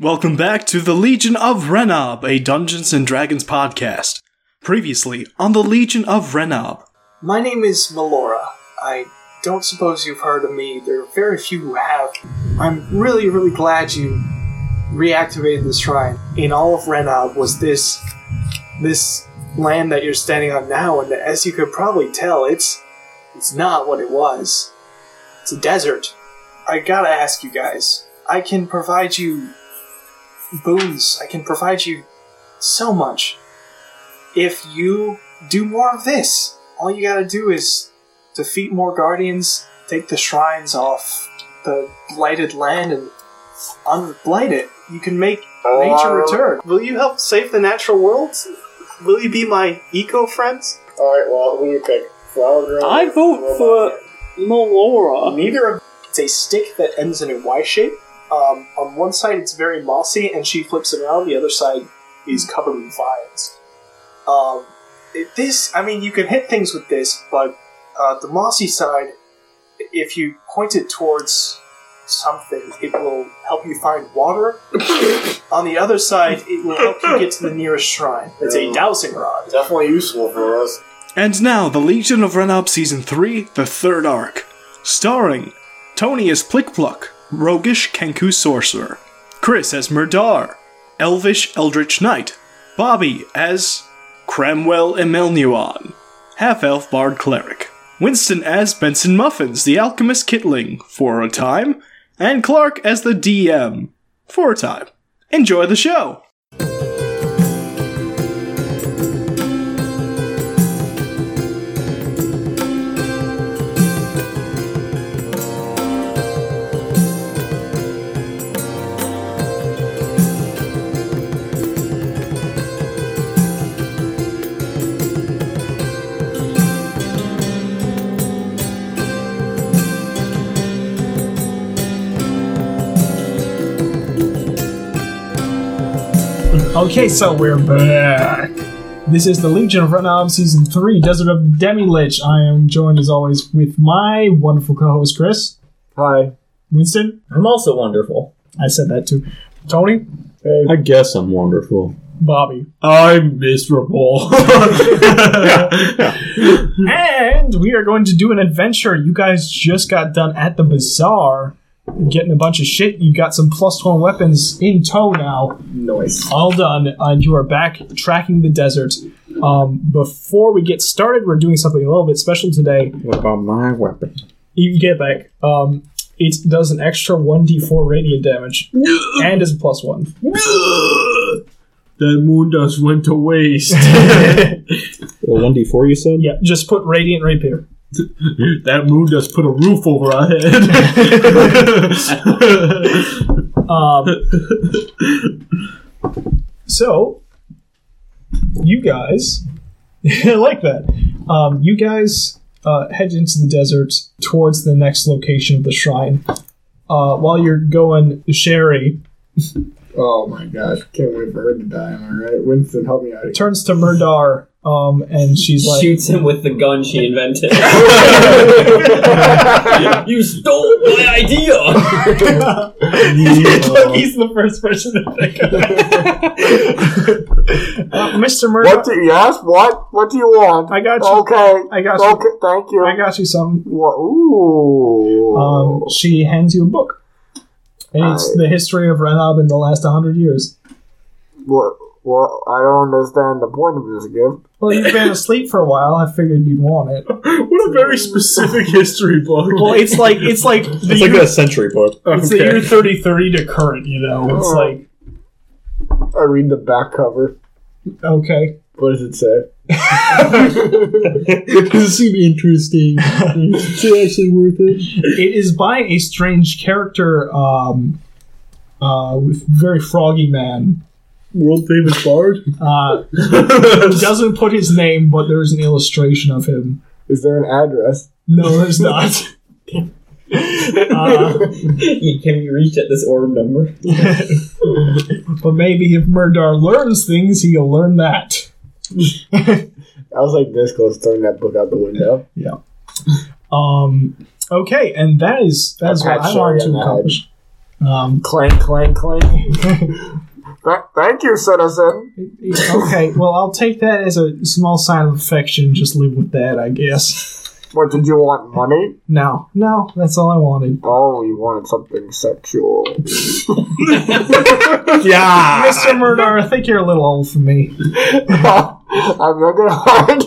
Welcome back to the Legion of Renob, a Dungeons and Dragons podcast. Previously on the Legion of Renob. My name is Melora. I don't suppose you've heard of me. There are very few who have. I'm really, really glad you reactivated this shrine. In all of Renob was this this land that you're standing on now, and as you could probably tell, it's it's not what it was. It's a desert. I gotta ask you guys. I can provide you boons. I can provide you so much. If you do more of this, all you gotta do is defeat more guardians, take the shrines off the blighted land, and unblight it. You can make nature return. Will you help save the natural world? Will you be my eco friends? All right, well, who do you pick? Flower girl. I vote for Melora. Neither of it's a stick that ends in a Y shape. Um, on one side, it's very mossy, and she flips it around. The other side is covered in vines. Um, it- this, I mean, you can hit things with this, but uh, the mossy side, if you point it towards something, it will help you find water. on the other side, it will help you get to the nearest shrine. It's Oh. a dowsing rod. Definitely useful for us. And now, the Legion of Renob Season 3, the third arc. Starring Tony as Plick Pluck, Roguish Kenku Sorcerer, Chris as Murdar, Elvish Eldritch Knight, Bobby as Cramwell Emelnuon, Half Elf Bard Cleric, Winston as Benson Muffins, the Alchemist Kitling, for a time, and Clark as the DM, for a time. Enjoy the show! Okay, so we're back. This is the Legion of Renob Season 3, Desert of the Demi-Lich. I am joined, as always, with my wonderful co-host, Chris. Hi. Winston? I'm also wonderful. I said that too. Tony? I guess I'm wonderful. Bobby. I'm miserable. And we are going to do an adventure. You guys just got done at the bazaar getting a bunch of shit. You got some plus one weapons in tow now. Nice. All done, and you are back tracking the desert. Um, before we get started, we're doing something a little bit special today. What about my weapon? You get back. Um, it does an extra 1d4 radiant damage and is a plus one. The moon dust went to waste. One d four, you said? Yeah, just put radiant rapier. That moon dust put a roof over our head. Um, so, you guys, I like that. Um, you guys uh, head into the desert towards the next location of the shrine. Uh, while you're going, Sherry Oh my gosh, can't wait for her to die. Am I right? Winston, help me out. Here. turns to Murdar, um, and she's like, Shoots him with the gun she invented. you stole my idea! He's the first person to think of that. Uh, Mr. What Murdoch, do yes? What? What do you want? I got you. Okay. I got you. Okay. Thank you. I got you something. Wha- Ooh. Um, she hands you a book. And it's the history of Renob in the last 100 years. What? What? I don't understand the point of this gift. Well, you've been asleep for a while. I figured you'd want it. what a very specific history book. Well, it's like it's like the It's year, a century book. it's the year 3030 to current. You know, Uh-huh. it's like I read the back cover. okay. What does it say? Doesn't seem interesting. Is it actually worth it? It is by a strange character, um, uh, with very froggy man. World famous bard. Uh, who doesn't put his name, but there is an illustration of him. Is there an address? No, there's not. Uh, You Can be reached at this orb number? but maybe if Murdar learns things, he'll learn that. I was like this close to throwing that book out the window. Um, okay, and that is that's I what pat I wanted Sherry to on the accomplish. Um, clank, clank, clank. Th- thank you, citizen. okay, well, I'll take that as a small sign of affection. Just live with that, I guess. What did you want? Money? No, no, that's all I wanted. Oh, you wanted something sexual. Yeah. Mr. Murdar, I think you're a little old for me. I'm working hard.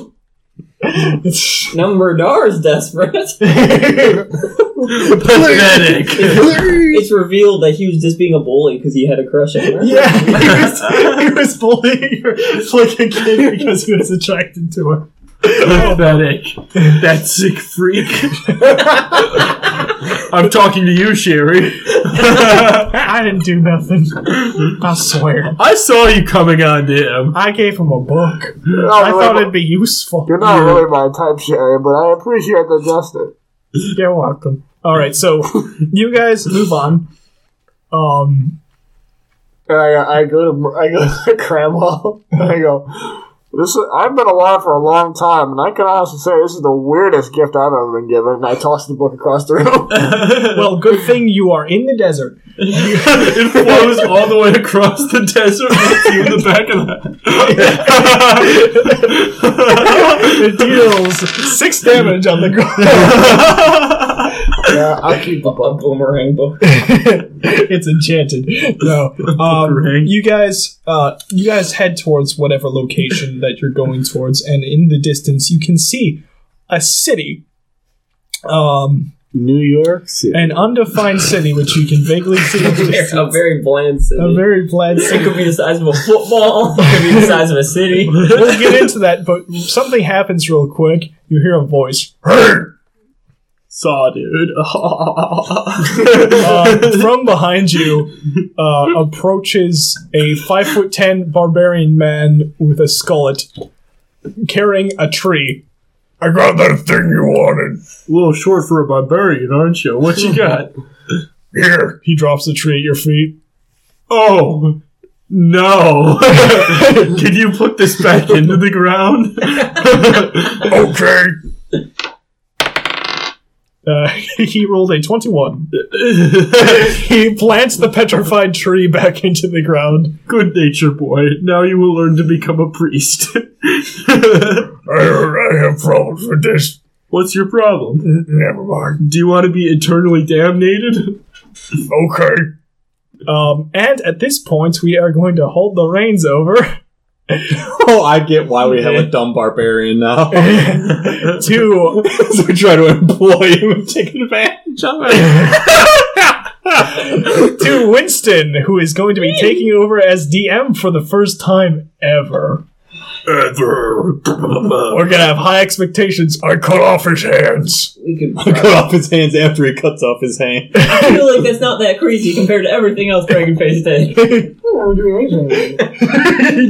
Now Murdar's desperate. Pathetic. it's revealed that he was just being a bully because he had a crush on her. Yeah, he was, he was bullying her like a kid because he was attracted to her. Pathetic. That sick freak. I'm talking to you, Sherry. I didn't do nothing. I swear. I saw you coming on him. I gave him a book. You're not I really thought my- it'd be useful. You're not really my type, Sherry, but I appreciate the justice. You're welcome. All right, so you guys move on. Um, And I, I go to I go to grandma and I go. This is, I've been alive for a long time, and I can honestly say this is the weirdest gift I've ever been given. And I toss the book across the room. well, good thing you are in the desert. It flows all the way across the desert with you in the back of that. It deals six damage on the ground. yeah, I keep the A book. boomerang book. it's enchanted. No, um, Great. you guys, uh, you guys head towards whatever location that you're going towards, and in the distance you can see a city. Um, New York City. an undefined city which you can vaguely see. in the distance. a very bland city. a very bland it city. could be the size of a football. It could be the size of a city. We'll get into that, but something happens real quick. You hear a voice. Saw, dude. uh, from behind you uh, approaches a five foot ten barbarian man with a skullet carrying a tree. I got that thing you wanted. A little short for a barbarian, aren't you? What you got? Here. He drops the tree at your feet. Oh, no. Can you put this back into the ground? okay. Uh, he rolled a 21. He plants the petrified tree back into the ground. Good nature boy. Now you will learn to become a priest. I have problems with this. What's your problem? Never mind. Do you want to be eternally damnated? okay. Um, and at this point, we are going to hold the reins over Oh, I get why we have a dumb barbarian now. to so we try to employ him and take advantage of it. to Winston, who is going to be taking over as DM for the first time ever. Ever. We're gonna have high expectations. I cut off his hands. We could. Cut off his hands after he cuts off his hand. I feel like that's not that crazy compared to everything else Dragon Face did. I'm doing anything.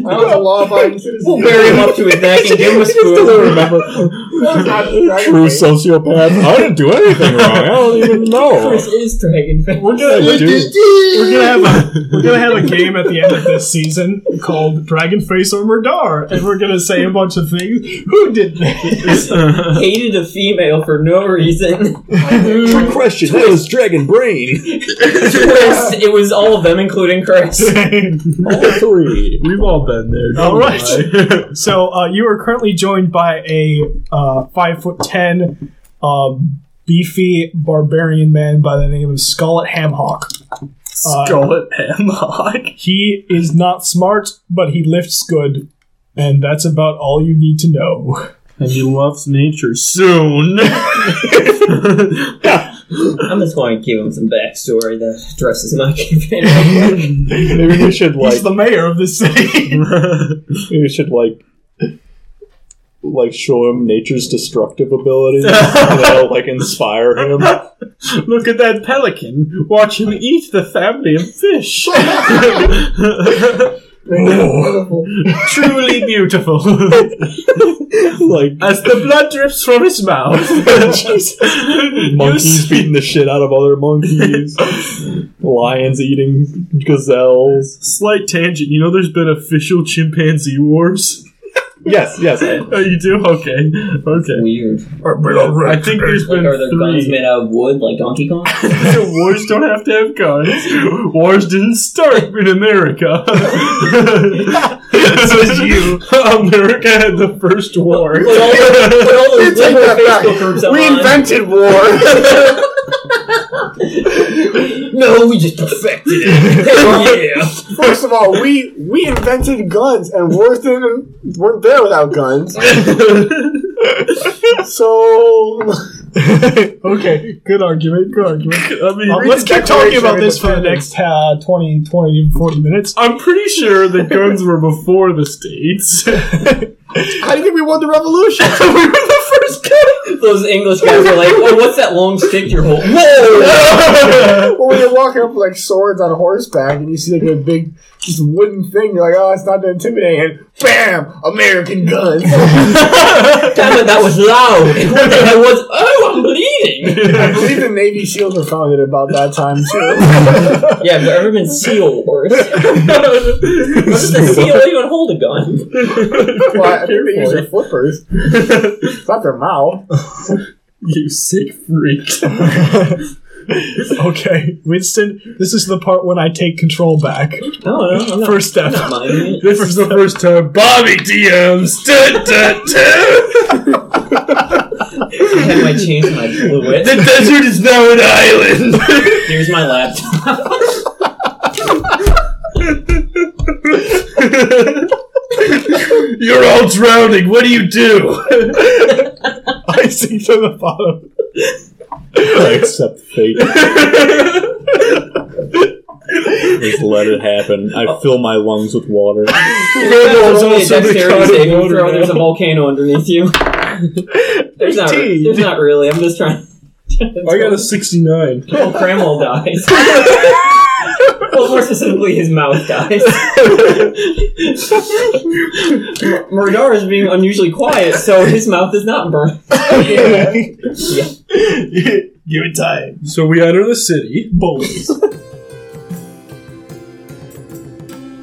I was a law-abiding We'll citizen. bury him up to his neck and give him a spoon. remember. True True sociopath. I didn't do anything wrong. I don't even know. Chris is Dragon Face. We're gonna, I do. we're gonna have a we're gonna have a game at the end of this season called Dragon Face or Murdar, and we're gonna say a bunch of things. Who did this? Hated a female for no reason. Trick question. That was dragon brain. Chris, it was all of them, including Chris. All three. We've all been there. don't All we? right. so uh, you are currently joined by a uh, five foot ten, uh, beefy barbarian man by the name of Scarlet Hamhawk. Skull it, Hammock. He is not smart, but he lifts good, and that's about all you need to know. And he loves nature soon. I'm just want to give him some backstory that Dress is not giving. Maybe we should like. He's the mayor of the city. maybe we should like. Like show him nature's destructive abilities. that'll like inspire him. Look at that pelican. Watch him eat the family of fish. Truly beautiful. Like As the blood drips from his mouth. monkeys Monkeys beating the shit out of other monkeys, lions eating gazelles. Slight tangent. You know, there's been official chimpanzee wars. Yes, yes. Oh, you do? Okay. Okay. Weird. I think there's Like, been are their guns three. made out of wood like Donkey Kong? Wars don't have to have guns. Wars didn't start in America. this is you. America had the first war. Put all the, put all those Take liberal that back. Facebook groups up We on. invented war. No, we just perfected it. Hell yeah. First of all, we we invented guns, and wars didn't weren't there without guns. so Okay, good argument. Good argument. I mean, Um, let's keep talking about this for the Declaration next uh, 20, 20, 40 minutes. I'm pretty sure the guns were before the states. we were how do you think we won the revolution? the first gun. Those English guys were like, "Oh, what's that long stick you're holding?" Whoa! Well, when you're walking up with, like swords on horseback, and you see like a big just wooden thing, you're like, oh, it's not that intimidating. And bam, American guns. Damn it, that was loud. What the hell was? Oh, I'm bleeding. I believe the Navy SEALs were founded about that time too. Yeah, have there ever been seal wars? What does the seal even hold a gun? well, I think they use their flippers. It's not their mouth. You sick freak. Okay, Winston, this is the part when I take control back. No, no, I'm not. First step. I'm not minding it. This is the first time Bobby DMs. Dun, dun, dun. I had my chains and I blew it. desert is now an island. Here's my laptop. You're all drowning. What do you do? I sink to the bottom. I accept fate. Just let it happen. I fill my lungs with water. There's only a also the dexterity kind of saving water throw. There's a now. volcano underneath you. There's not. re- There's not really. I'm just trying. I got a 69. Oh, Cramwell dies. well, more specifically, his mouth dies. M- Murdar is being unusually quiet, so his mouth does not burn. Give it time. So we enter the city. Bullies.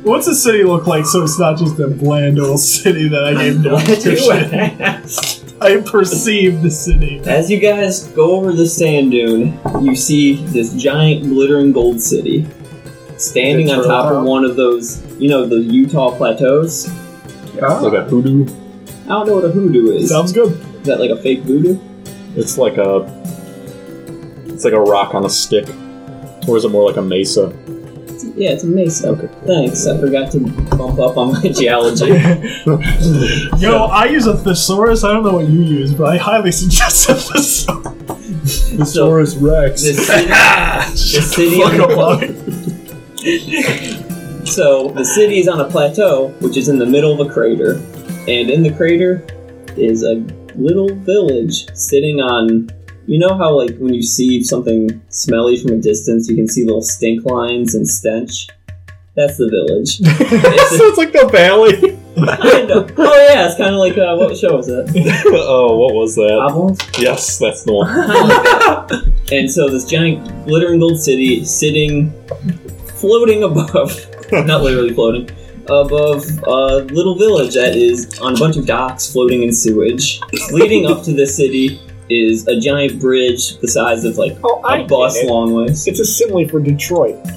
What's a city look like so it's not just a bland old city that I gave no attention? I perceive the city. As you guys go over the sand dune, you see this giant glittering gold city standing on top of one of those, you know, the Utah plateaus. Like a hoodoo. I don't know what a hoodoo is. Sounds good. Is that like a fake voodoo? It's like a. It's like a rock on a stick. Or is it more like a mesa? Yeah, it's a mesa. Okay. Thanks. I forgot to bump up on my geology. Yo, I use a thesaurus. I don't know what you use, but I highly suggest a thesaurus. so, Taurus Rex. The city, the city on the pla- so the city is on a plateau, which is in the middle of a crater, and in the crater is a little village sitting on. You know how like when you see something smelly from a distance, you can see little stink lines and stench. That's the village. It's Sounds like the valley. a- kind of- oh yeah, it's kind of like uh, what show was that? oh, what was that? Oblong? Yes, that's the one. and so this giant glittering gold city sitting floating above not literally floating above a little village that is on a bunch of docks floating in sewage leading up to this city is a giant bridge the size of like Oh, a bus long ways It's a simile for Detroit.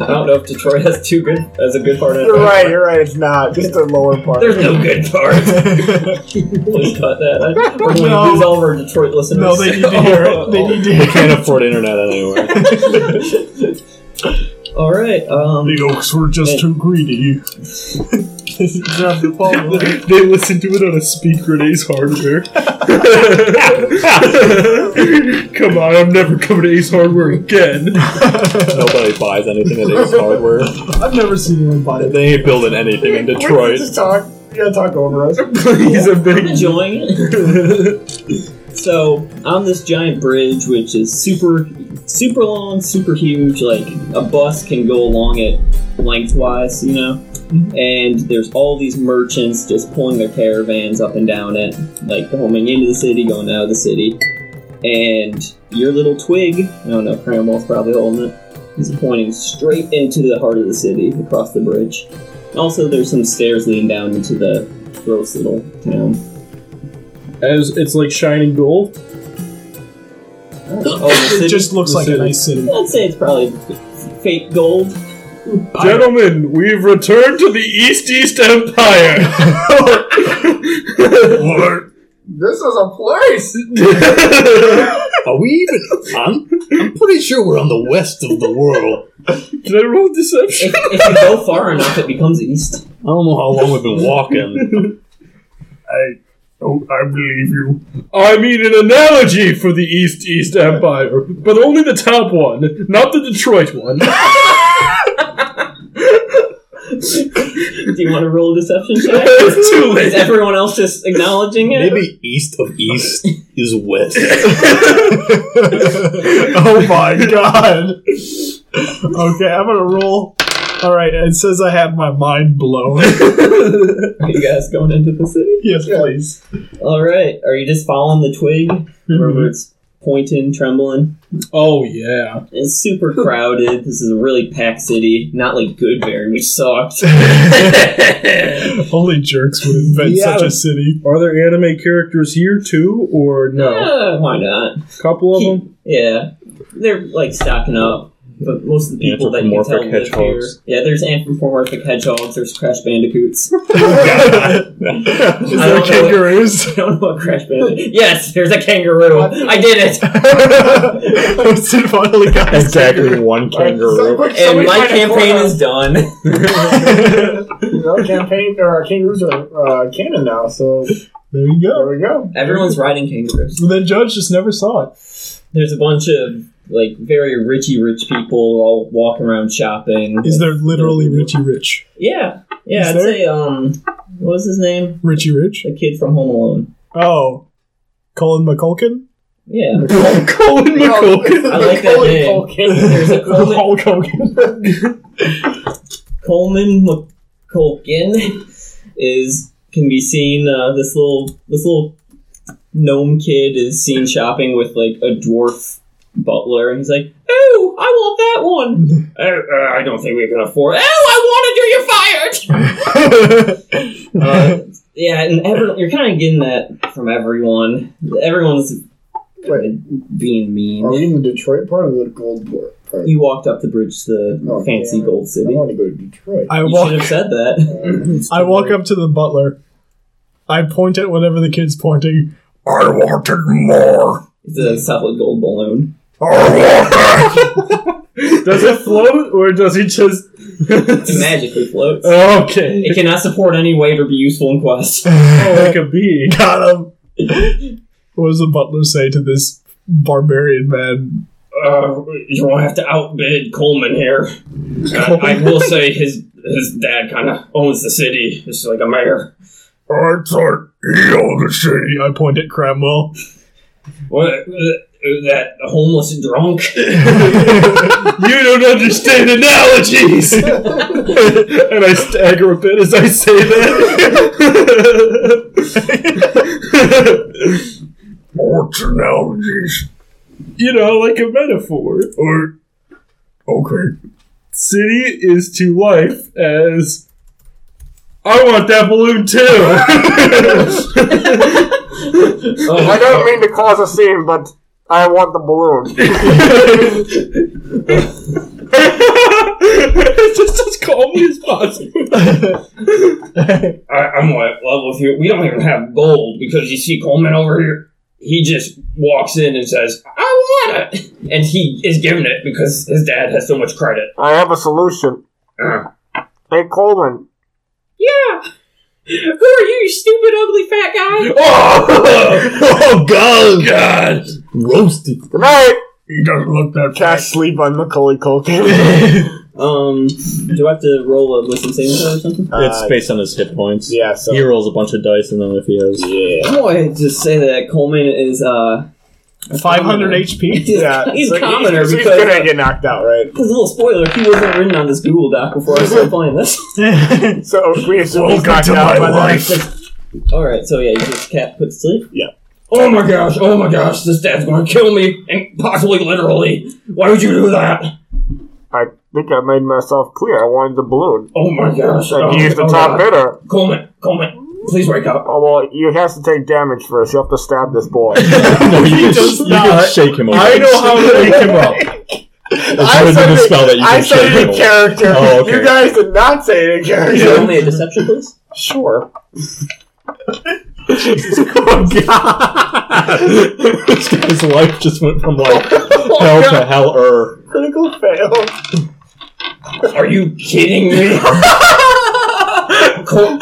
i don't know if detroit has too good as a good part of it You're right. You're right. It's not just the lower part. there's no good part. Please cut that. I- We're going to No. lose all of our Detroit listeners. No, they need to hear it. They need to hear it. Can't afford internet anywhere. all right. Um, oaks were just too greedy. this is not the problem. they listen to it on a Speed Grenades hardware. Come on, I'm never coming to Ace Hardware again. Nobody buys anything at Ace Hardware. I've never seen anyone buy it. They ain't building anything in Wait, Detroit. Just talk. You gotta talk over us. Please, I'm I'm begging you. enjoying it. so on this giant bridge, which is super, super long, super huge, like a bus can go along it lengthwise, you know. And there's all these merchants just pulling their caravans up and down it, like going into the city, going out of the city. And your little twig, I don't know, Cramwell's probably holding it, is pointing straight into the heart of the city across the bridge. Also, there's some stairs leading down into the gross little town. As it's like shining gold. Oh, the It city- just looks The like a city. nice city. I'd say it's probably fake gold. Gentlemen, we've returned to the East East Empire. This is a place. Are we even? I'm, I'm pretty sure we're on the west of the world. Did I roll deception? If, if you go far enough, it becomes east. I don't know how long we've been walking. Oh, I believe you. I mean an analogy for the East East Empire, but only the top one, not the Detroit one. Do you want to roll a deception check? it's too Is late. everyone else just acknowledging it? Maybe east of east is west. Oh my god. Okay, I'm gonna roll. All right, it says I have my mind blown. Are you guys going into the city? yes, please. All right. Are you just following the twig? Mm-hmm. Remember, it's pointing, trembling. Oh yeah. It's super crowded. This is a really packed city. Not like Goodberry, which sucked. Only jerks would invent Yeah. such a city. Are there anime characters here too, or no? Eh, why not? A couple of them. Yeah, they're like stocking up. But most of the people that you can tell Anthropomorphic live here. hedgehogs. Yeah, there's anthropomorphic hedgehogs. There's Crash Bandicoots. Is I there don't know. kangaroos? I don't know what Crash Bandicoot. Yes, there's a kangaroo. I did it. Winston finally got his Exactly one kangaroo. And my campaign is done. no campaign or kangaroos are uh, canon now, so There you there go. we go. Everyone's riding kangaroos. And then Judge just never saw it. There's a bunch of like very richy rich people all walking around shopping. Is there literally Richie Rich? Yeah, yeah. Is I'd there? say um, what was his name? Richie Rich? The kid from Home Alone. Oh. Colin McCulkin? Yeah, Colin McCulkin. I like that name. There's a Coleman, Hulk Hogan. Coleman McCulkin is can be seen. Uh, this little this little gnome kid is seen shopping with like a dwarf butler, and he's like, "Oh, I want that one. "Oh, uh, I don't think we can afford. Oh, I wanted you. You're fired." uh, yeah, and every, you're kind of getting that from everyone. Everyone's Wait. being mean. Are we in the Detroit part or the gold part? part? You walked up the bridge to the Oh, fancy damn it. gold I city. want to go to Detroit. I You walk should have said that. I walk up to the butler. I point at whatever the kid's pointing. I wanted more. It's a solid gold balloon. Does it float, or does he just? It magically floats. Uh, okay. It cannot support any weight or be useful in quest. Uh, Oh, like a bee. Got him. what does the butler say to this barbarian man? Uh, you won't have to outbid Coleman here. Uh, I will say his his dad kind of owns the city. It's like a mayor. I thought he owned the city. I point at Cramwell. What uh, that homeless drunk? You don't understand analogies. and I stagger a bit as I say that. What's analogies? you know, like a metaphor. Or Okay. city is to life as I want that balloon too. I don't mean to cause a scene, but I want the balloon. Just as calmly as possible. I, I'm at level with you. We don't even have gold because you see Coleman over here. He just walks in and says, "I want it," and he is given it because his dad has so much credit. I have a solution. Hey Coleman, Yeah. Who are you, you stupid, ugly, fat guy? oh god! God! Roasted. good night. He doesn't look that Cast sleep on Macaulay Culkin. Um, do I have to roll a wisdom saving throw or something? Uh, it's based on his hit points. yeah, so He rolls a bunch of dice, and then if he has, yeah, Oh, I just say that Coleman is uh Five hundred HP. he's, yeah. he's so a commoner he's, he's because gonna get knocked out, right? this is a little spoiler. He wasn't written on this Google Doc before I started playing this. So we assume he's knocked out by the next All right, so yeah, you just cat put to sleep. Yeah. Oh my gosh! Oh my gosh! This dad's gonna kill me, and possibly literally. Why would you do that? I think I made myself clear. I wanted the balloon. Oh my gosh! I Oh, used the oh top God. bidder. Coleman, Coleman, Please wake up. Oh well, you have to take damage first. You have to stab this boy. no, you, can, does you can not. shake him. I know how to wake him up. That's how to do the spell that you I can shake said him. the awake. character. Oh, okay. You guys did not say the Is character. it only a deception, please? Sure. oh god! this guy's life just went from like Oh, hell to hell er. Critical fail. Are you kidding me? Carl,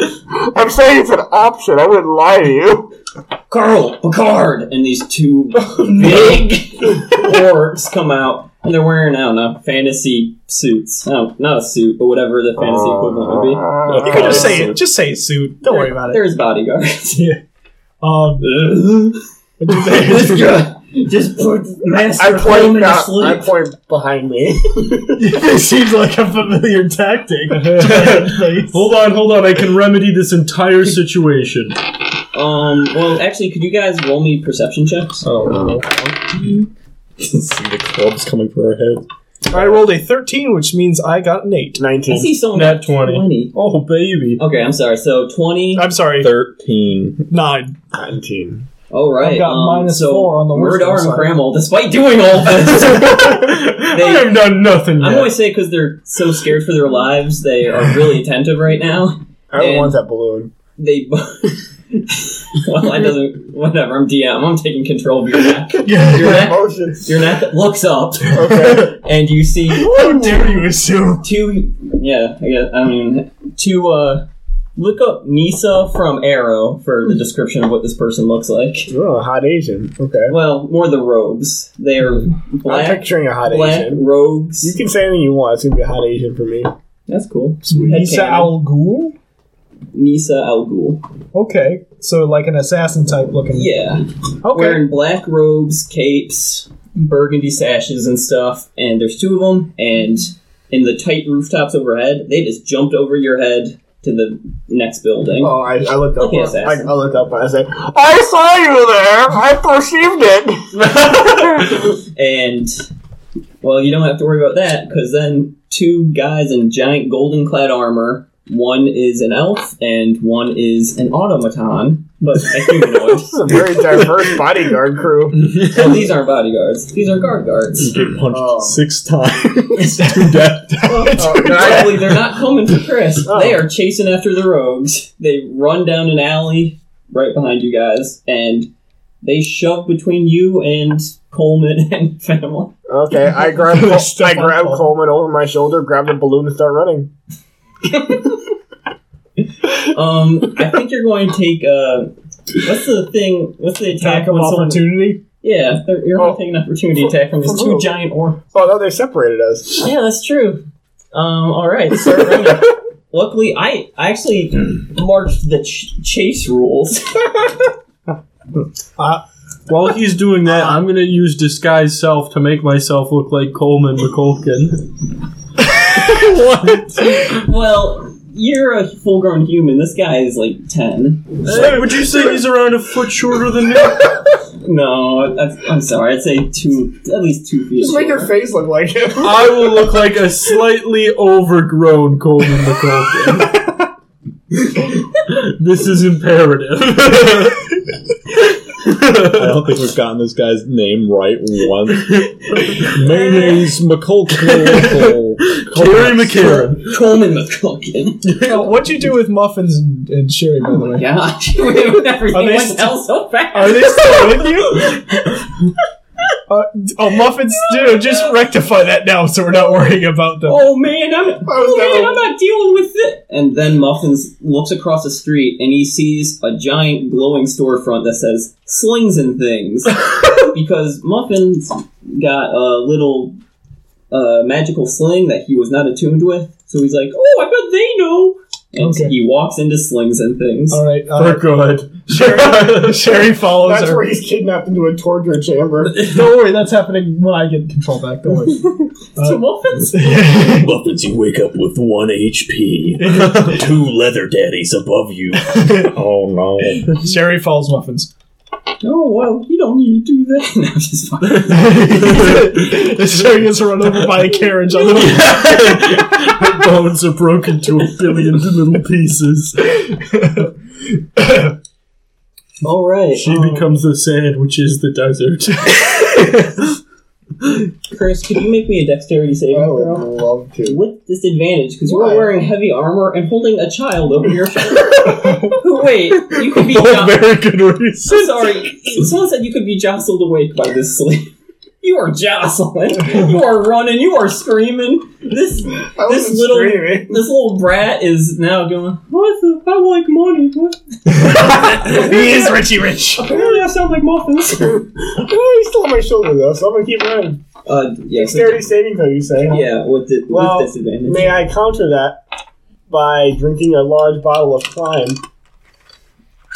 I'm saying it's an option. I wouldn't lie to you. Carl, Picard, and these two Oh, big orcs come out, and they're wearing I don't know fantasy suits. No, not a suit, but whatever the fantasy equivalent would be. Uh, You could just say it. Just say it, Sue. Don't worry about it. There's bodyguards. Um, this guy just put I Master point, Holman to uh, I sleep. point behind me. it seems like a familiar tactic. Hold on, hold on. I can remedy this entire situation. Um. Well, actually, could you guys roll me perception checks? Oh. See the clubs coming for our head. I rolled a 13, which means I got an 8. I 19. see someone Nat got 20. Oh, baby. Okay, I'm sorry. So twenty. I'm sorry, Thirteen. 9. 19. All right. I've got um, minus so four on the worst Murdar and side. Crammel, despite doing all this, I have done nothing I'm yet. always say because they're so scared for their lives, they are really attentive right now. I don't And- want that balloon. They. bo- well, I doesn't. Whatever. I'm DM. I'm taking control of your neck. Your neck. Emotions. Your neck looks up, and you see How dare you assume? two yeah i guess i mean two uh look up nisa from arrow for the description of what this person looks like Oh, a hot Asian. Okay. well more the robes they're I'm black picturing a hot black Asian. You robes can say anything you want. It's gonna be a hot Asian for me. that's cool Issa Headcanon. Al Ghul? nisa al ghul Okay, so like an assassin type looking. yeah Okay. wearing black robes capes burgundy sashes and stuff and there's two of them and in the tight rooftops overhead they just jumped over your head to the next building Oh, I, I looked up. Okay, I, I assassin. looked up and I said, "I saw you there. I perceived it." And well, you don't have to worry about that because then two guys in giant golden clad armor. One is an elf and one is an automaton, but a humanoid. This is a very diverse bodyguard crew. and these aren't bodyguards; these are guard guards. Get punched Oh. six times to death. Luckily, they're not coming for Chris. They are chasing after the rogues. They run down an alley right behind you guys, and they shove between you and Coleman and family. Okay, I grab I grab Coleman over my shoulder, grab the balloon, and start running. Um, I think you're going to take. Uh, what's the thing? What's the attack attack of when someone opportunity. Yeah, they're- you're Oh. gonna take an opportunity attack from these From two who? giant orcs. Oh no, they separated us. Yeah, that's true. Um, all right. start running. Luckily, I I actually marked the ch- chase rules. While he's doing that, I'm going to use disguise self to make myself look like Coleman McCulkin. well, you're a full-grown human. This guy is like ten. Hey, would you say he's around a foot shorter than me? No, that's, I'm sorry. I'd say two, at least two feet. Just make your shorter. face look like him. I will look like a slightly overgrown Coleman McCulkin. this is imperative. I don't think we've gotten this guy's name right once. Mayonnaise McCulkin. Terry McCarran. Coleman McCulkin. Yeah, Uh, what'd you do with muffins and, and sherry, by the way? Gosh, everything they went still- down so fast. Are they still with you? Uh, oh, muffins, dude, just rectify that now so we're not worrying about them. Oh man, I'm, oh, man, I'm not dealing with it. And then Muffins looks across the street and he sees a giant glowing storefront that says slings and things. because Muffins got a little uh, magical sling that he was not attuned with. So he's like, oh, I bet they know. And Okay. he walks into slings and things. All right, uh, For good. Sherry, Sherry follows That's her. where he's kidnapped into a torture chamber. Don't worry, that's happening when I get control back. Don't worry. To Muffins? Muffins, you wake up with one HP, two leather daddies above you. Oh no. Sherry follows muffins. oh, well, you don't need to do that. no, I'm just fine. Sherry gets run over by a carriage on the way. Her bones are broken to a billion little pieces. All right, um, She Oh. becomes the sand, which is the desert. Chris, could you make me a dexterity saving I would throw? love to. With disadvantage, because you Why? are wearing heavy armor and holding a child over your shoulder. Wait, you could be. All Jo- very good reason. I'm sorry, someone said you could be jostled awake by this sleep. You are jostling. You are running. You are screaming. This this wasn't little screaming. this little brat is now going. What? The, I like money. What? he is Richie Rich. Apparently, I sound like muffins. Oh, he stole my shoulder though, so I'm gonna keep running. Uh, yeah, so- Dexterity saving throw, you say? huh? yeah, with, the, Well, with disadvantage. May I counter that by drinking a large bottle of Climb?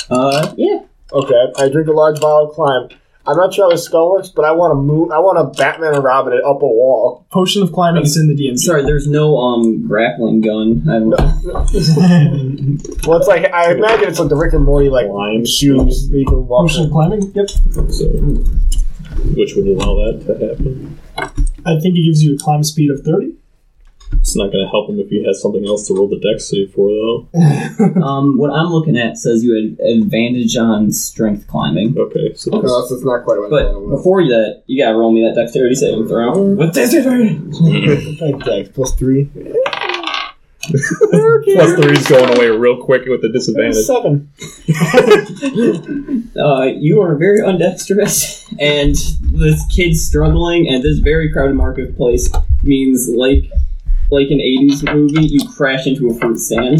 Uh, yeah. Okay, I drink a large bottle of Climb. I'm not sure how the spell works, but I want to move. I want to Batman and Robin it up a wall. Potion of climbing is in the DMC. Sorry, there's no um grappling gun. I don't Well, it's like I imagine it's like the Rick and Morty like Climb. shoes that you can walk. Potion of climbing. Yep. So, which would allow that to happen. I think it gives you a climb speed of thirty. It's not going to help him if he has something else to roll the dex save for, though. Um, what I'm looking at says you had advantage on strength climbing. Okay, so No, so it's not quite what I But want. before that, you gotta roll me that dexterity saving throw. With disadvantage! Dex plus three. plus three's going away real quick with the disadvantage. Seven. Uh, you are very undexterous, and this kid's struggling, and this very crowded marketplace means, like like an 80s movie, you crash into a fruit stand.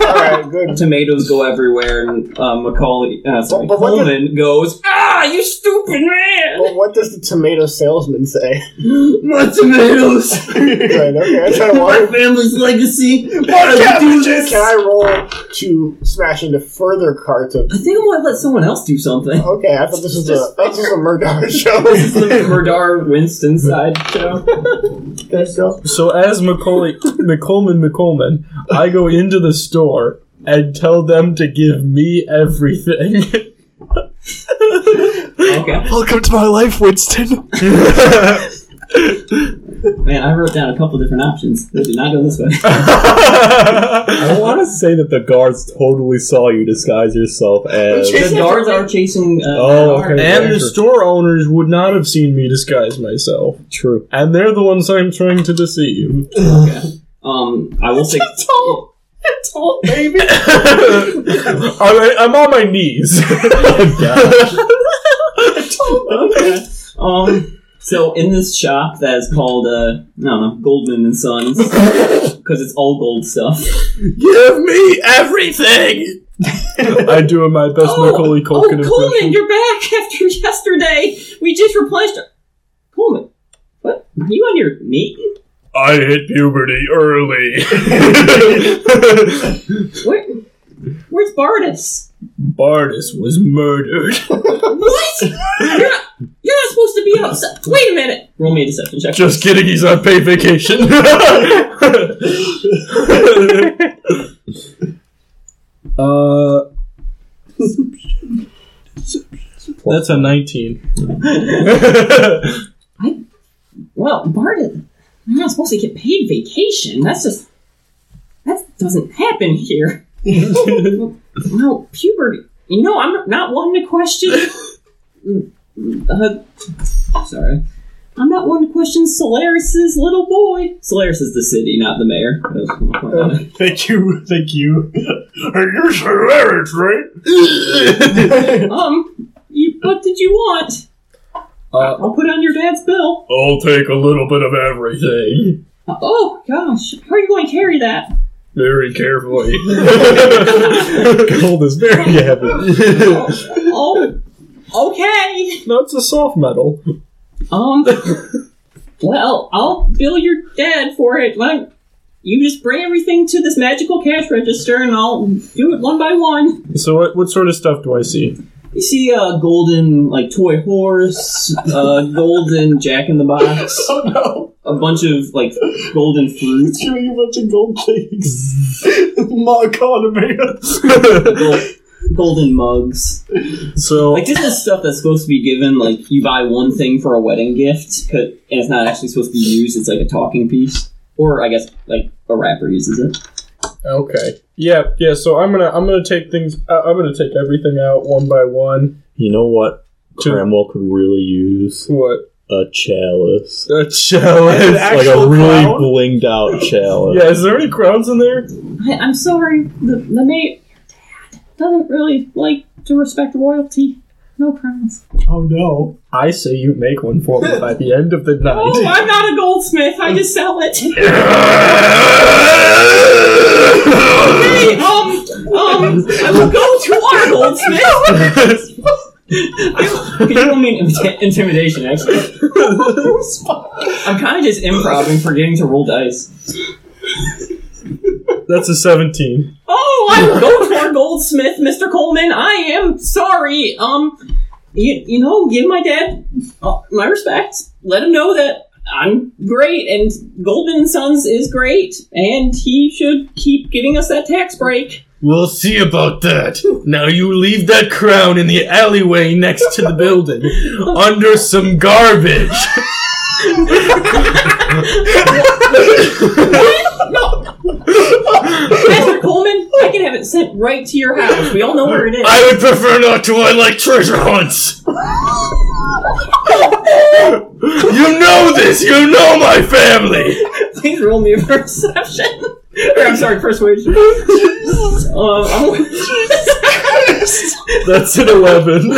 All right, good. Tomatoes go everywhere, and uh, Macaulay, uh, sorry, But- but what Coleman goes, Ah, you stupid man! But what does the tomato salesman say? My tomatoes! Right, okay, I try to My walk. family's legacy! Why did I do this? Can I roll to smash into further carts of? I think I'm gonna let someone else do something. Okay, I thought this was a this was a Murdoch show. the Murdar Winston side show. So as Macaulay, McColeman, McColeman, I go into the store and tell them to give me everything. Okay. Welcome to my life, Winston. Man, I wrote down a couple different options. They did not go this way. I want to say that the guards totally saw you disguise yourself as. the guards are chasing. Uh, Oh, okay. and the store owners would not have seen me disguise myself. True. And they're the ones I'm trying to deceive. Um, I will say. I, I'm on my knees. Okay. Um, so in this shop that is called, uh, I don't know, Goldman and Sons, because it's all gold stuff. Give me everything! I do my best Macaulay Culkin oh, Coleman, impression. you're back after yesterday. We just replenished. Our- Coleman, what? Are you on your knee? I hit puberty early. Where? Where's Bardis? Bardis was murdered. What? you're not. You're not supposed to be outside. Wait a minute. Roll me a deception check. Just kidding, he's on paid vacation. uh, that's a 19. Well, Bardis, you're not supposed to get paid vacation. That's just. That doesn't happen here. no puberty. You know, I'm not one to question. Uh, sorry. I'm not one to question Solaris's little boy. Solaris is the city, not the mayor. I just wanna point that out. Thank you. Thank you. You're hilarious, right? Um, you, what did you want? Uh, I'll put it on your dad's bill. I'll take a little bit of everything. Oh gosh, how are you going to carry that? Very carefully. Gold is very heavy. Oh, okay. no, it's a soft metal. Um, well, I'll bill your dad for it. Why don't you just bring everything to this magical cash register, and I'll do it one by one. So, what, what sort of stuff do I see? You see a golden like toy horse, a golden Jack in the Box, Oh no! a bunch of like golden fruit. Giving a bunch of gold things. My economy. gold, golden mugs. So, Like this is stuff that's supposed to be given. Like you buy one thing for a wedding gift, 'cause- and it's not actually supposed to be used. It's like a talking piece, or I guess like a rapper uses it. Okay. Yeah, yeah. So I'm gonna I'm gonna take things. Uh, I'm gonna take everything out one by one. You know what? Two. Cramwell could really use What? a chalice, A chalice. like a really blinged out chalice. yeah. Is there any crowns in there? I, I'm sorry, the, the mate doesn't really like to respect royalty. No crowns. Oh no. I say you make one for me by the end of the Oh, I'm not a goldsmith. I just sell it. okay, um, um, I will go to our goldsmith. I- you don't mean inti- intimidation, actually. I'm kind of just improvising, forgetting to roll dice. That's a seventeen. Oh, I will go to our goldsmith, Mr. Coleman. I am sorry. Um, you, you know, give my dad uh, my respects. Let him know that I'm great and Goldman and Sons is great, and he should keep getting us that tax break. We'll see about that. Now you leave that crown in the alleyway next to the building, under some garbage. Mr. Coleman, I can have it sent right to your house. We all know where it is. I would prefer not to. I like treasure hunts. you know this. You know my family. Please roll me a perception. or, I'm sorry, persuasion. um, I'm- That's an eleven.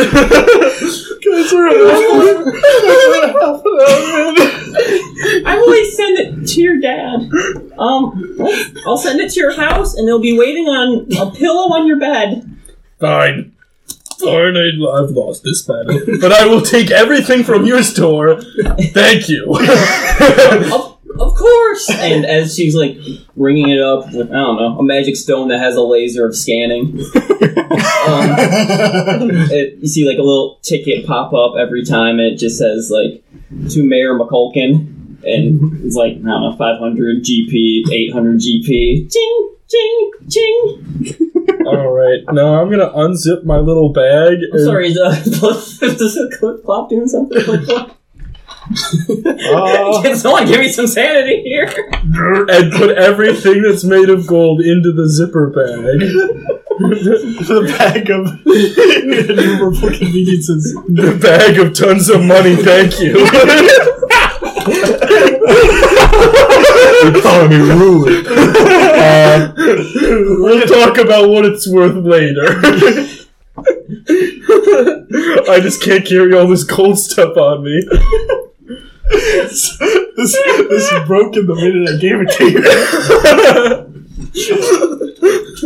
I will always send it to your dad. Um, I'll send it to your house, and they'll be waiting on a pillow on your bed. Fine. Fine, I- I've lost this battle. But I will take everything from your store. Thank you. Of, of course. And as she's like ringing it up with I don't know a magic stone that has a laser of scanning, um, it, you see like a little ticket pop up every time. It just says like to Mayor McCulkin. And it's like, I don't know, 500 GP, 800 GP. Ching, ching, ching. Alright, now I'm gonna unzip my little bag. I'm sorry, is, uh, does the clip clop doing something? Clip clop? Uh, Can someone give me some sanity here? and put everything that's made of gold into the zipper bag. The bag of innumerable conveniences. The bag of tons of money, thank you. Economy ruling. Uh, we'll talk about what it's worth later. I just can't carry all this gold stuff on me. This, this is broken the minute I gave it to you.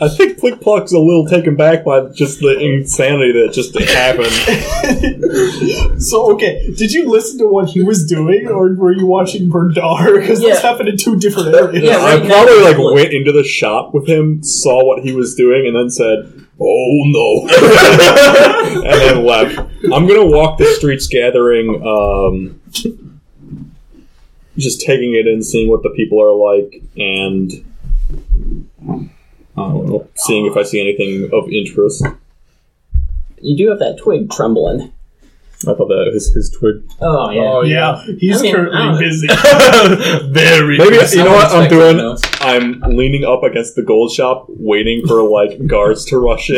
I think Plick Pluck's a little taken back by just the insanity that just happened. So okay, did you listen to what he was doing, or were you watching Berdar? Because this Yeah. happened in two different areas. Yeah, I right now- probably like went into the shop with him, saw what he was doing, and then said, "Oh no," and then left. I'm gonna walk the streets, gathering, um, just taking it in, seeing what the people are like, and I don't know, seeing if I see anything of interest. You do have that twig trembling. I thought that was his twig. Oh yeah. yeah, he's I mean, I don't- currently busy. Very Maybe you know what I'm Unexpected doing. notes. I'm leaning up against the gold shop, waiting for like guards to rush in.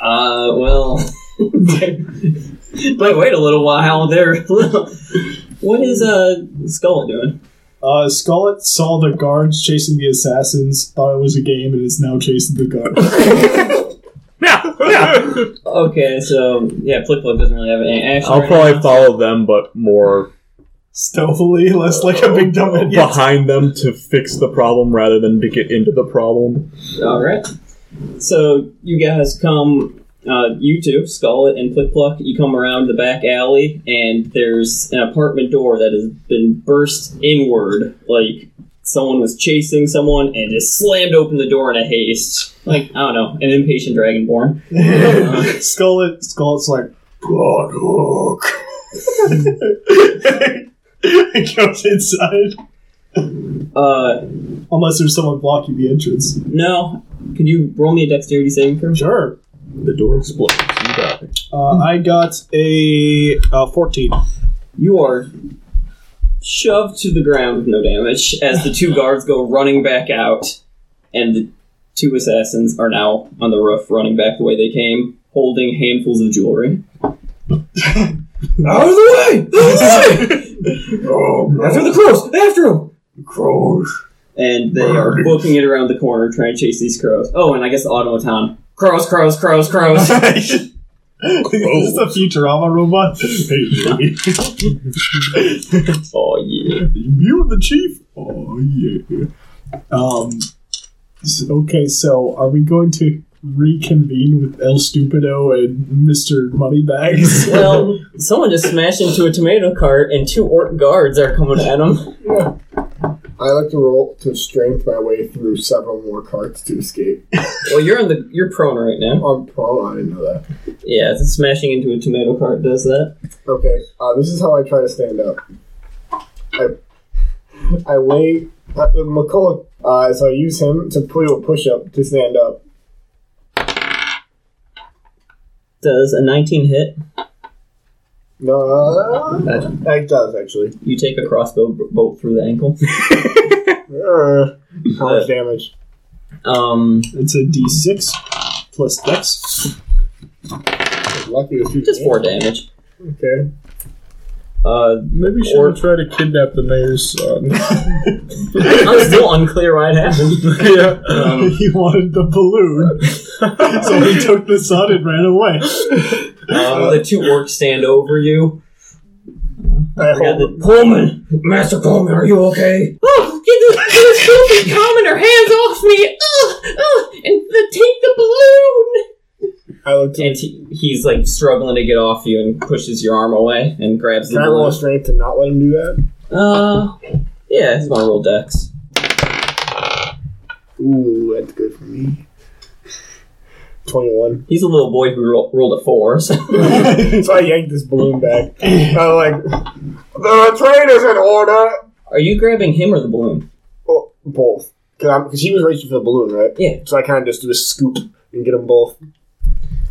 Uh, well. but wait a little while there. what is uh Skull doing? Uh, Scarlet saw the guards chasing the assassins, thought it was a game, and is now chasing the guards. Okay, so yeah, Flip Flip doesn't really have any action. I'll right probably now. follow them, but more Stealthily, less like a big dumb idiot. behind them to fix the problem rather than to get into the problem. All right. So you guys come, uh, you two, Scarlet and Plick Pluck, you come around the back alley, and there's an apartment door that has been burst inward, like someone was chasing someone and just slammed open the door in a haste, like I don't know, an impatient dragonborn. Scarlet, Scarlet's like, God hook. it goes inside. Uh, Unless there's someone blocking the entrance. no, could you roll me a dexterity saving throw? Sure. The door explodes. You got it. Uh, I got a uh, 14. You are shoved to the ground with no damage as the two guards go running back out, and the two assassins are now on the roof running back the way they came, holding handfuls of jewelry. Out of the way! Out of the way! After the crows! After them! Crows. And they are booking it around the corner, trying to chase these crows. Oh, and I guess Automaton. Crows, crows, crows, crows. Is this a Futurama robot? oh, yeah. you the chief? Oh yeah. Um. s- Okay, so are we going to reconvene with El Stupido and Mister Moneybags? Well, someone just smashed into a tomato cart, and two orc guards are coming at him. I like to roll to strength my way through several more carts to escape. Well, you're in the you're prone right now. I'm pro. I didn't know that. Yeah, the smashing into a tomato cart does that. Okay, uh, this is how I try to stand up. I I lay uh, McCulloch, uh, so I use him to do a push up to stand up. Does a 19 hit? No, that does actually. You take a crossbow b- bolt through the ankle. Uh, how much damage? Um, it's a D6 plus Dex. Lucky if you just four damage. Okay. Uh, Maybe she Or- would try to kidnap the mayor's son. I'm still unclear why it happened. yeah. Um, he wanted the balloon, so he took the sun and ran away. Um, the two orcs stand over you. I I got hold, the- Coleman, Master Coleman, are you okay? Oh, get this, get this filthy commoner hands off me! Ugh, ugh, and the, take the balloon. I look. To, And he, he's like struggling to get off you and pushes your arm away and grabs the can I roll a balloon. strength to not let him do that? Uh, yeah, he's gonna roll dex. Ooh, that's good for me. Twenty-one. He's a little boy who ro- rolled a four. So. so I yanked this balloon back. I'm like, the train is in order. Are you grabbing him or the balloon? Well, both. Because he was reaching for the balloon, right? Yeah. So I kind of just do a scoop and get them both.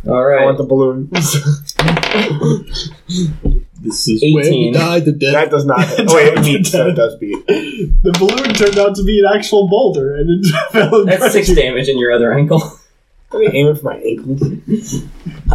All I right, want the balloon. This is where you eighteen. die the death. that does not. Oh, wait, it beats. That does beat. The balloon turned out to be an actual boulder, and it fell in That's front six of you. damage in your other ankle. Let me aim it for my ankle.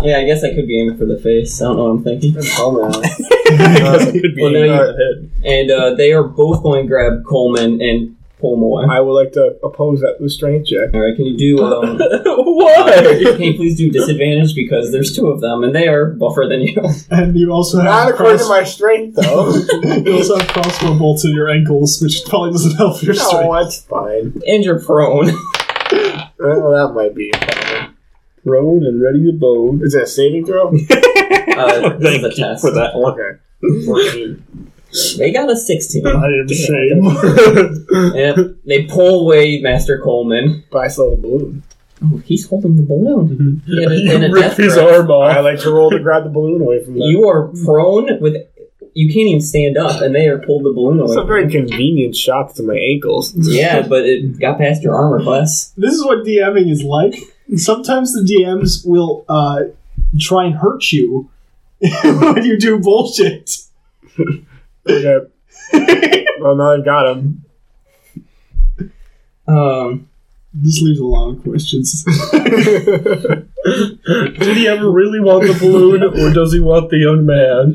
yeah, I guess I could be aiming for the face. I don't know what I'm thinking. Come on. Well, now you- Alright. and uh, they are both going to grab Coleman and pull him away. I would like to oppose that with strength check. All right, can you do? Um, Why? can you please do disadvantage because there's two of them and they are buffer than you. And you also Not have according cross, to my strength, though. you also have crossbow bolts in your ankles, which probably doesn't help your strength. no, that's fine. and you're prone. Well, that might be. a problem. Prone and ready to bone. Is that a saving throw? Uh, this is Thank a you test. for that one. Okay. 14. They got a 16. am shame. yep. They pull away Master Coleman. But I saw the balloon. Oh, he's holding the balloon. He had a- and a You rip death his grip. arm off. I like to roll to grab the balloon away from them. You are prone with. You can't even stand up, and they are pulled the balloon It's a away. very convenient shot to my ankles. Yeah, but it got past your armor class. This is what DMing is like. Sometimes the DMs will uh, try and hurt you when you do bullshit. Okay. well, now I've got him. Um, This leaves a lot of questions. Did he ever really want the balloon, or does he want the young man?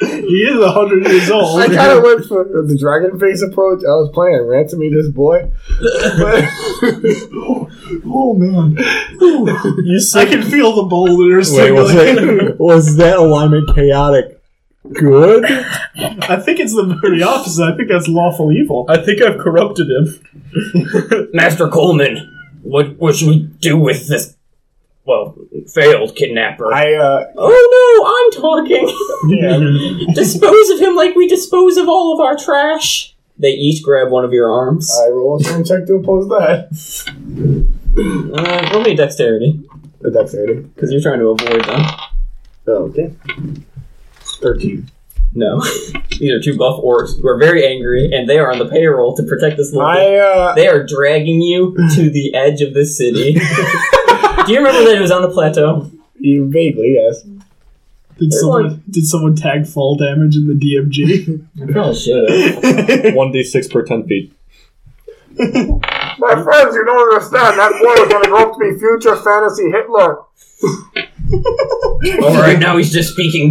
he is 100 years old. I kind of went for the dragon face approach. I was playing ransom me this boy. oh, man. You I said can feel the boulders. it, was that alignment chaotic? Good. I think it's the very opposite. I think that's lawful evil. I think I've corrupted him. Master Coleman, what what should we do with this? Well, failed kidnapper. I uh, oh no, I'm talking. yeah, dispose of him like we dispose of all of our trash. They each grab one of your arms. I roll a strength check to oppose that. Uh, roll me a dexterity The dexterity. because you're trying to avoid them. Oh, okay. Thirteen. No, these are two buff orcs who are very angry, and they are on the payroll to protect this little. I uh, They are dragging you to the edge of the city. Do you remember that it was on the plateau? you vaguely yes. Did someone did someone tag fall damage in the DMG? I probably should have. One d six per ten feet. My friends, you don't understand. That boy is going to grow up to be future fantasy Hitler. Well, right now he's just speaking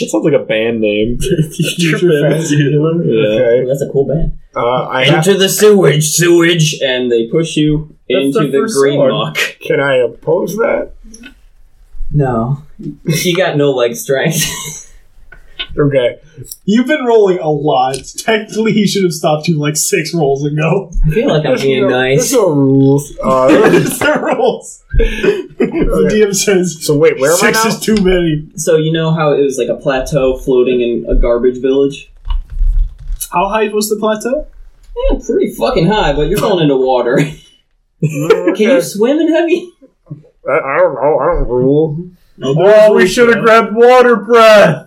That sounds like a band name. Future fantasy healer. Yeah. Ooh, That's a cool band. Uh, I have, Into the sewage, sewage, and they push you That's into the the first green sword. muck. can I oppose that? No, you got no leg strength. Okay. You've been rolling a lot. Technically, he should have stopped you like six rolls ago. I feel like I'm being There's nice. no rules. Uh, It's their rolls. The DM says so wait, where am I six now? is too many. So you know how it was like a plateau floating in a garbage village? How high was the plateau? Yeah, pretty fucking high, but you're falling into water. Can you swim in heavy? I, I don't know. I don't rule. Oh, we should have grabbed water breath.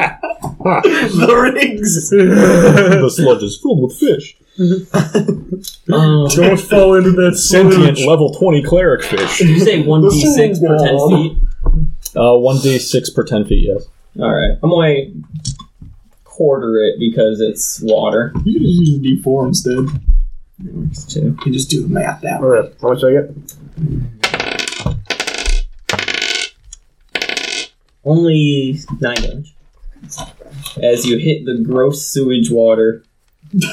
The rings. the sludge is filled with fish. Um, Don't fall into that Sentient sentient. level twenty cleric fish. you say one d six per ten feet. Uh, one d six per ten feet. Yes. All right, I'm going quarter it because it's water. You can just use a D4 instead. It works too. You just do the math that way. Okay, how much I get? Only nine damage. As you hit the gross sewage water,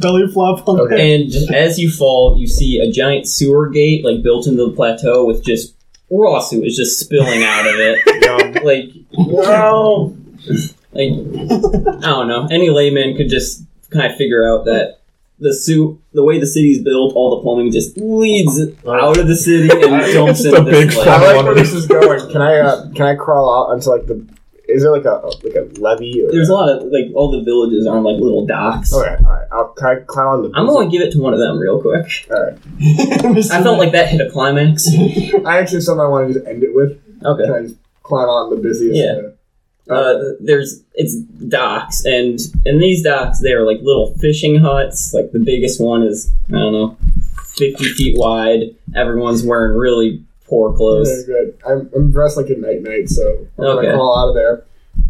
Belly flop on okay. and as you fall, you see a giant sewer gate like built into the plateau with just raw sewage just spilling out of it. like wow, like I don't know. Any layman could just kind of figure out that the sew the way the city's built, all the plumbing just leads out of the city and dumps It's into a this big place. funnel. I like where this is going. Can I uh, can I crawl out onto like the? Is there like a like a levee? Or, There's a lot of like all the villages are on like little docks. Oh, okay, all right. I'll, can I climb on the? I'm gonna give it to one of them real quick. I felt like that hit a climax. I actually something I want to just end it with. Okay. Can I just climb on the busiest? Yeah. Uh, Uh, there's it's docks and in these docks they are like little fishing huts. Like the biggest one is I don't know, fifty feet wide. Everyone's wearing really poor Okay, clothes, good. I'm, I'm dressed like a night night, so I'm Okay. gonna crawl out of there.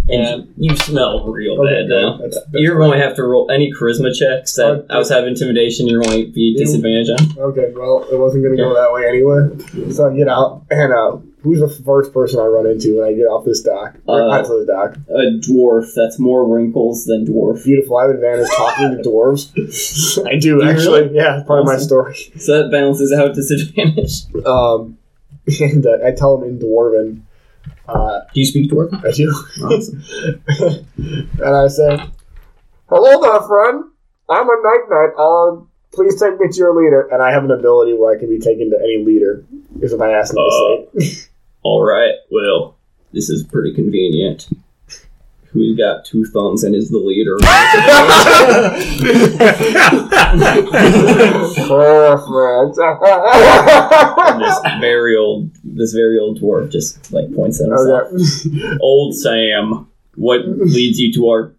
and you smell real Okay, bad good. now. That's- that's You're fine. Uh, going to have to roll any charisma checks that Okay. outside of intimidation. You're going to be You- disadvantaged on. Okay, well, it wasn't gonna go that way anyway. So I get out, and uh, who's the first person I run into when I get off this dock? Uh, Or not to the dock. A dwarf that's more wrinkles than dwarf. Beautiful. I have advantage talking to dwarves. I do actually. Yeah, it's part of my Awesome. story. So that balances out disadvantage. Um, and uh, I tell him in dwarven. Uh, Do you speak dwarf? I do. and I say, Hello there, friend. I'm a night knight. Uh, please take me to your leader. And I have an ability where I can be taken to any leader, is if I ask nicely. All right. Well, this is pretty convenient. Who's got two thumbs and is the leader? Perfect. this very old, this very old dwarf just like points at himself. okay. Old Sam, what leads you to our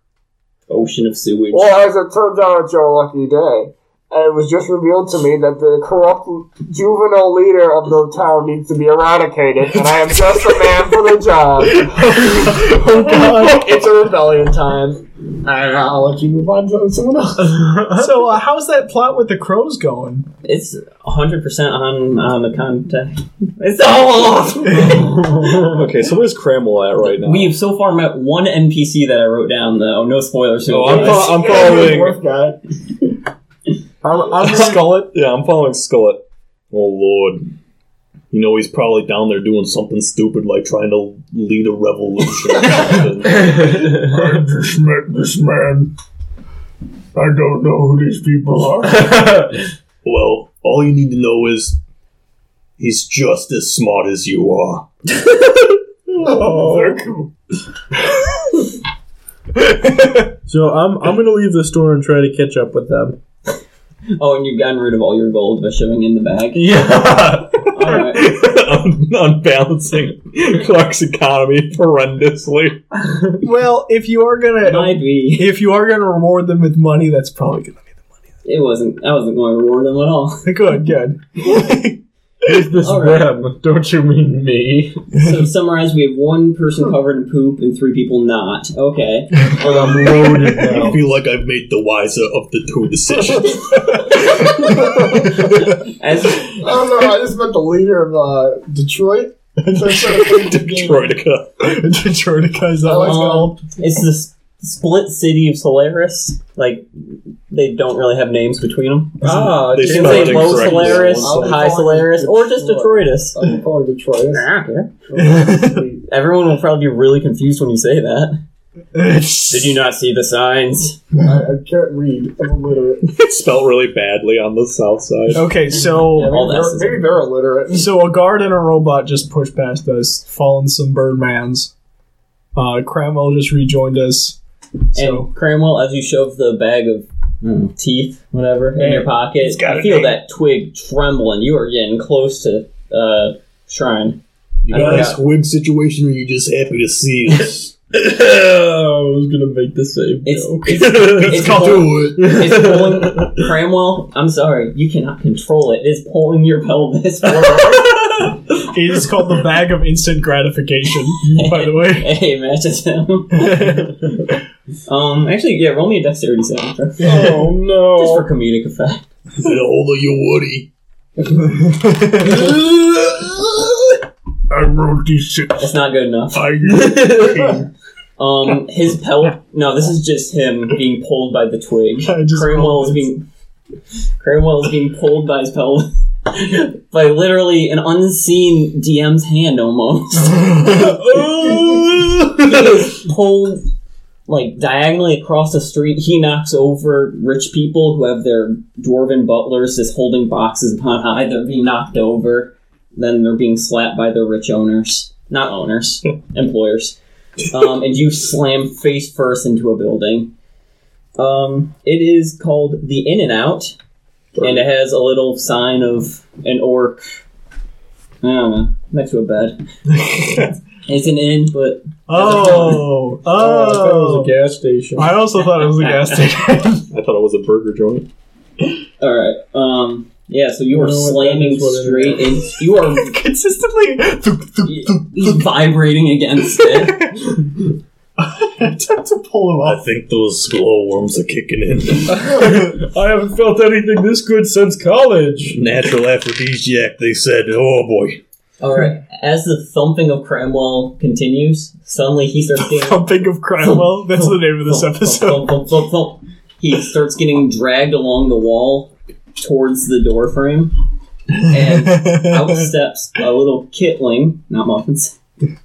ocean of sewage? Well, as it turns out, it's your lucky day. And it was just revealed to me that the corrupt juvenile leader of the town needs to be eradicated, and I am just the man for the job. it's a rebellion time. I don't know, I'll let you move on to someone else. So uh, how's that plot with the crows going? It's hundred percent on on the contact. It's all Okay, so where's Cramwell at right now? We've so far met one NPC that I wrote down though. No spoilers. Oh, I'm, fo- I'm following. Dwarf guy. I'm, I'm Skullet. Yeah, I'm following Skullet. Oh lord. You know he's probably down there doing something stupid like trying to lead a revolution. or something. I just met this man. I don't know who these people are. well, all you need to know is he's just as smart as you are. Oh, So I'm I'm gonna leave the store and try to catch up with them. Oh, and you've gotten rid of all your gold by shoving in the bag. Yeah. All right. I'm, I'm balancing Clark's economy horrendously. well, if you are gonna Might be. if you are gonna reward them with money, that's probably gonna It wasn't. I wasn't going to reward them at all. be good. Good. Is this All right. them? Don't you mean me? So to summarize, we have one person covered in poop and three people not. Okay. But I'm loaded I now. feel like I've made the wiser of the two decisions. As Oh no, I just meant the leader of uh, Detroit. Troitica. Detroitica. I always Um, it's the s- split city of Solaris. Like they don't really have names between them. Ah, They You can spelled say it low correctly. Solaris, I'll call high it Solaris, or just Detroit. Detroitus. I'm calling Detroit. Everyone will probably be really confused when you say that. Did you not see the signs? I, I can't read. I'm illiterate. It's spelled really badly on the south side. Okay, so Yeah, all that is- Maybe they're illiterate. So a guard and a robot just pushed past us, fallen some birdmans. Uh, Cramwell just rejoined us. So And Cramwell, as you shove the bag of mm, teeth, whatever, in your pocket, you feel that twig trembling. You are getting close to uh, shrine. You I got a forgot. squig situation, or you just happy to see us? I was gonna make the same It's joke. it's, it's, pulling, Do it. it's pulling Cramwell. I'm sorry, you cannot control it. It's pulling your pelvis forward. it is called the bag of instant gratification. by the way, hey, it matches him. um, actually, yeah, roll me a dexterity saving throw. just oh no! for comedic effect. Get a hold of your Woody. I rolled d6. It's not good enough. I get Um, his pelt. No, this is just him being pulled by the twig. I just Cramwell rolled is being Cramwell is being pulled by his pelt by literally an unseen DM's hand almost. he is pulled like diagonally across the street. He knocks over rich people who have their dwarven butlers just holding boxes upon high. They're being knocked over. Then they're being slapped by their rich owners, not owners, employers. Um, and you slam face first into a building. Um, it is called the In and Out, and it has a little sign of an orc I don't know, next to a bed. it's an inn, but uh, Oh, oh! I thought it was a gas station. I also thought it was a gas station. I thought it was a burger joint. All right. Um. Yeah. So you are know what, that slamming is what it straight in. You are Consistently, you- you're vibrating against it. attempt to pull him I off. think those glowworms are kicking in. I haven't felt anything this good since college. Natural aphrodisiac, they said. Oh boy. All right. As the thumping of Cramwell continues, suddenly he starts getting I'm thinking of Cramwell. That's the name of this thump, episode. thump, thump, thump, thump, thump. He starts getting dragged along the wall towards the door frame, and out steps a little kitling, not muffins.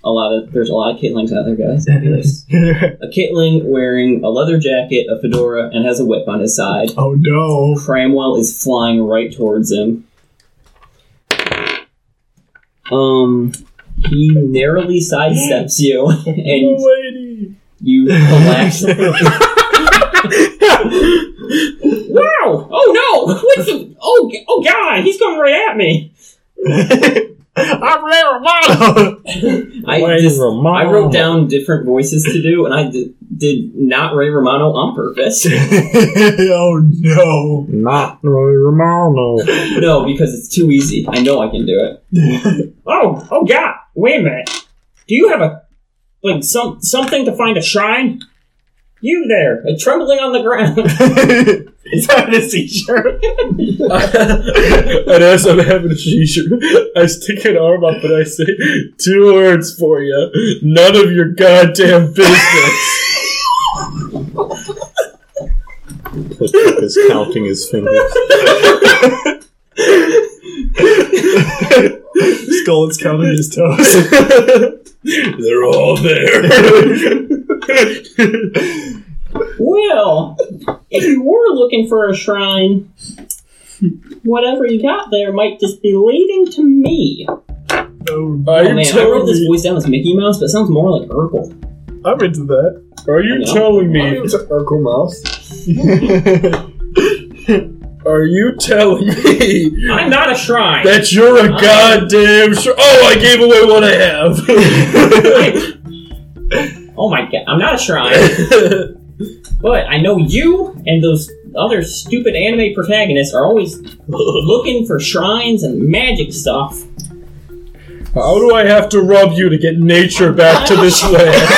A lot of there's a lot of kitlings out there, guys. A kitling wearing a leather jacket, a fedora, and has a whip on his side. oh no! Cramwell is flying right towards him. Um, he narrowly sidesteps you, and you collapse. wow! Oh no! What's the? Oh, g- oh God! He's coming right at me. I'm Ray Romano. I Wayne just, Romano. I wrote down different voices to do, and I d- did not Ray Romano on purpose. oh no! Not Roy Romano. no, because it's too easy. I know I can do it. Oh, oh God! Wait a minute. Do you have a like some something to find a shrine? You there? Uh, Trembling on the ground. Is that a seizure? and as I'm having a seizure, I stick an arm up and I say two words for you: none of your goddamn business. Click is counting his fingers. Skull is counting his toes. They're all there. Well, if you were looking for a shrine, whatever you got there might just be leading to me. Oh, Are Oh you man, I telling wrote this me? voice down as Mickey Mouse, but it sounds more like Urkel. I'm into that. Are I you know. telling My me? name's Urkel Mouse. Are you telling me I'm not a shrine. that you're a goddamn? Sh- oh, I gave away what I have. Oh my god, I'm not a shrine. but I know you and those other stupid anime protagonists are always looking for shrines and magic stuff. How do I have to rub you to get nature back to this land?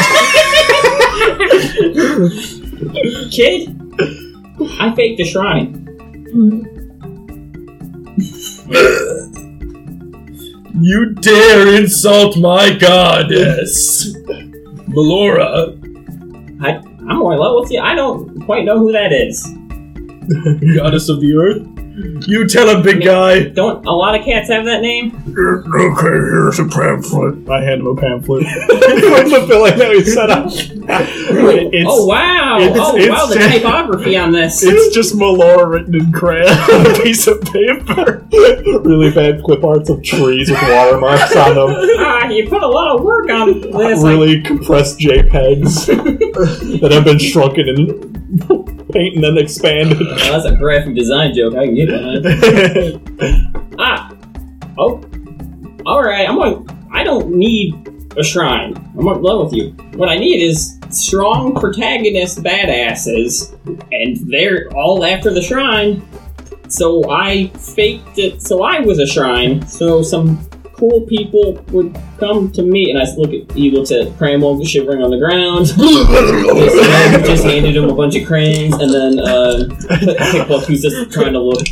Kid, I faked a shrine. You dare insult my goddess, Melora? I, I'm Orla. What's the? I don't quite know who that is. Goddess of the earth? You tell him, big guy. Don't a lot of cats have that name? Okay, here's a pamphlet. I hand him a pamphlet. It's, oh wow! it's- oh it's- wow! The typography on this. it's just Malora written in crayon on a piece of paper. really bad clip arts of trees with watermarks on them. ah, you put a lot of work on this. Really compressed JPEGs that have been shrunken and paint and then expanded. Like, oh, that's a graphic design joke. I can get behind. Ah. Oh. All right. I'm going. I don't need a shrine. I'm in love with you. What I need is strong protagonist badasses, and they're all after the shrine. So I faked it. So I was a shrine. So some cool people would come to me, and I look at. He looks at Cramwell shivering on the ground. just, just handed him a bunch of crayons, and then uh, Pickbuck, who's just trying to look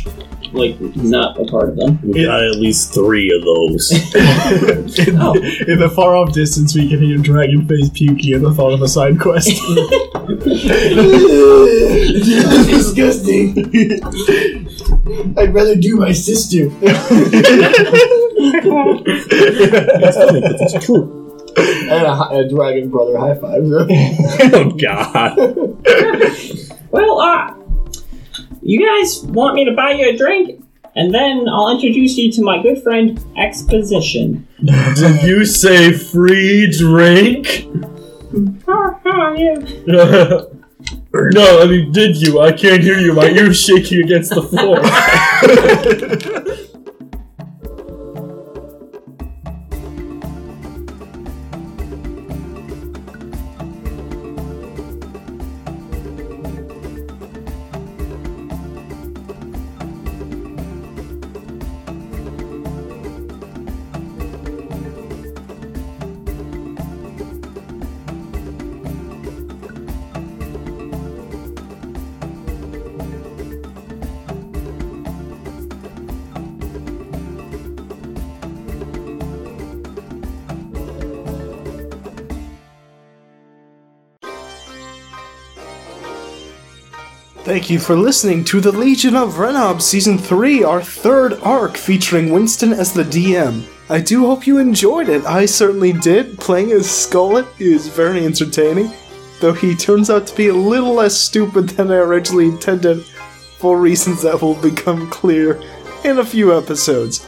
like he's not a part of them. We got at least three of those. Oh. In the far off distance, we can hear Dragon Face puking at the thought of a side quest. disgusting. I'd rather do my sister. It's true. And a, hi- a dragon brother high fives. Oh god. Well, uh, you guys want me to buy you a drink? And then I'll introduce you to my good friend Exposition. Did you say free drink? no, I mean, did you? I can't hear you. My ear's shaking against the floor. Thank you for listening to The Legion of Renob Season 3, our third arc featuring Winston as the DM. I do hope you enjoyed it. I certainly did. Playing as Skullet is very entertaining, though he turns out to be a little less stupid than I originally intended, for reasons that will become clear in a few episodes.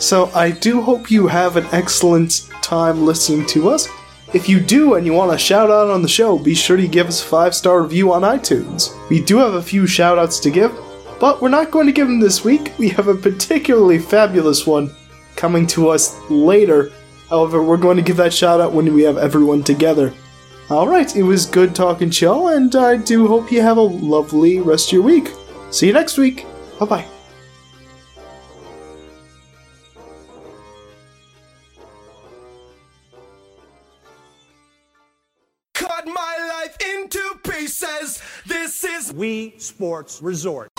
So I do hope you have an excellent time listening to us. If you do and you want a shout out on the show, be sure to give us a five star review on iTunes. We do have a few shout outs to give, but we're not going to give them this week. We have a particularly fabulous one coming to us later. However, we're going to give that shout out when we have everyone together. Alright, it was good talking to y'all, and I do hope you have a lovely rest of your week. See you next week. Bye bye. cut my life into pieces. This is We Sports Resort.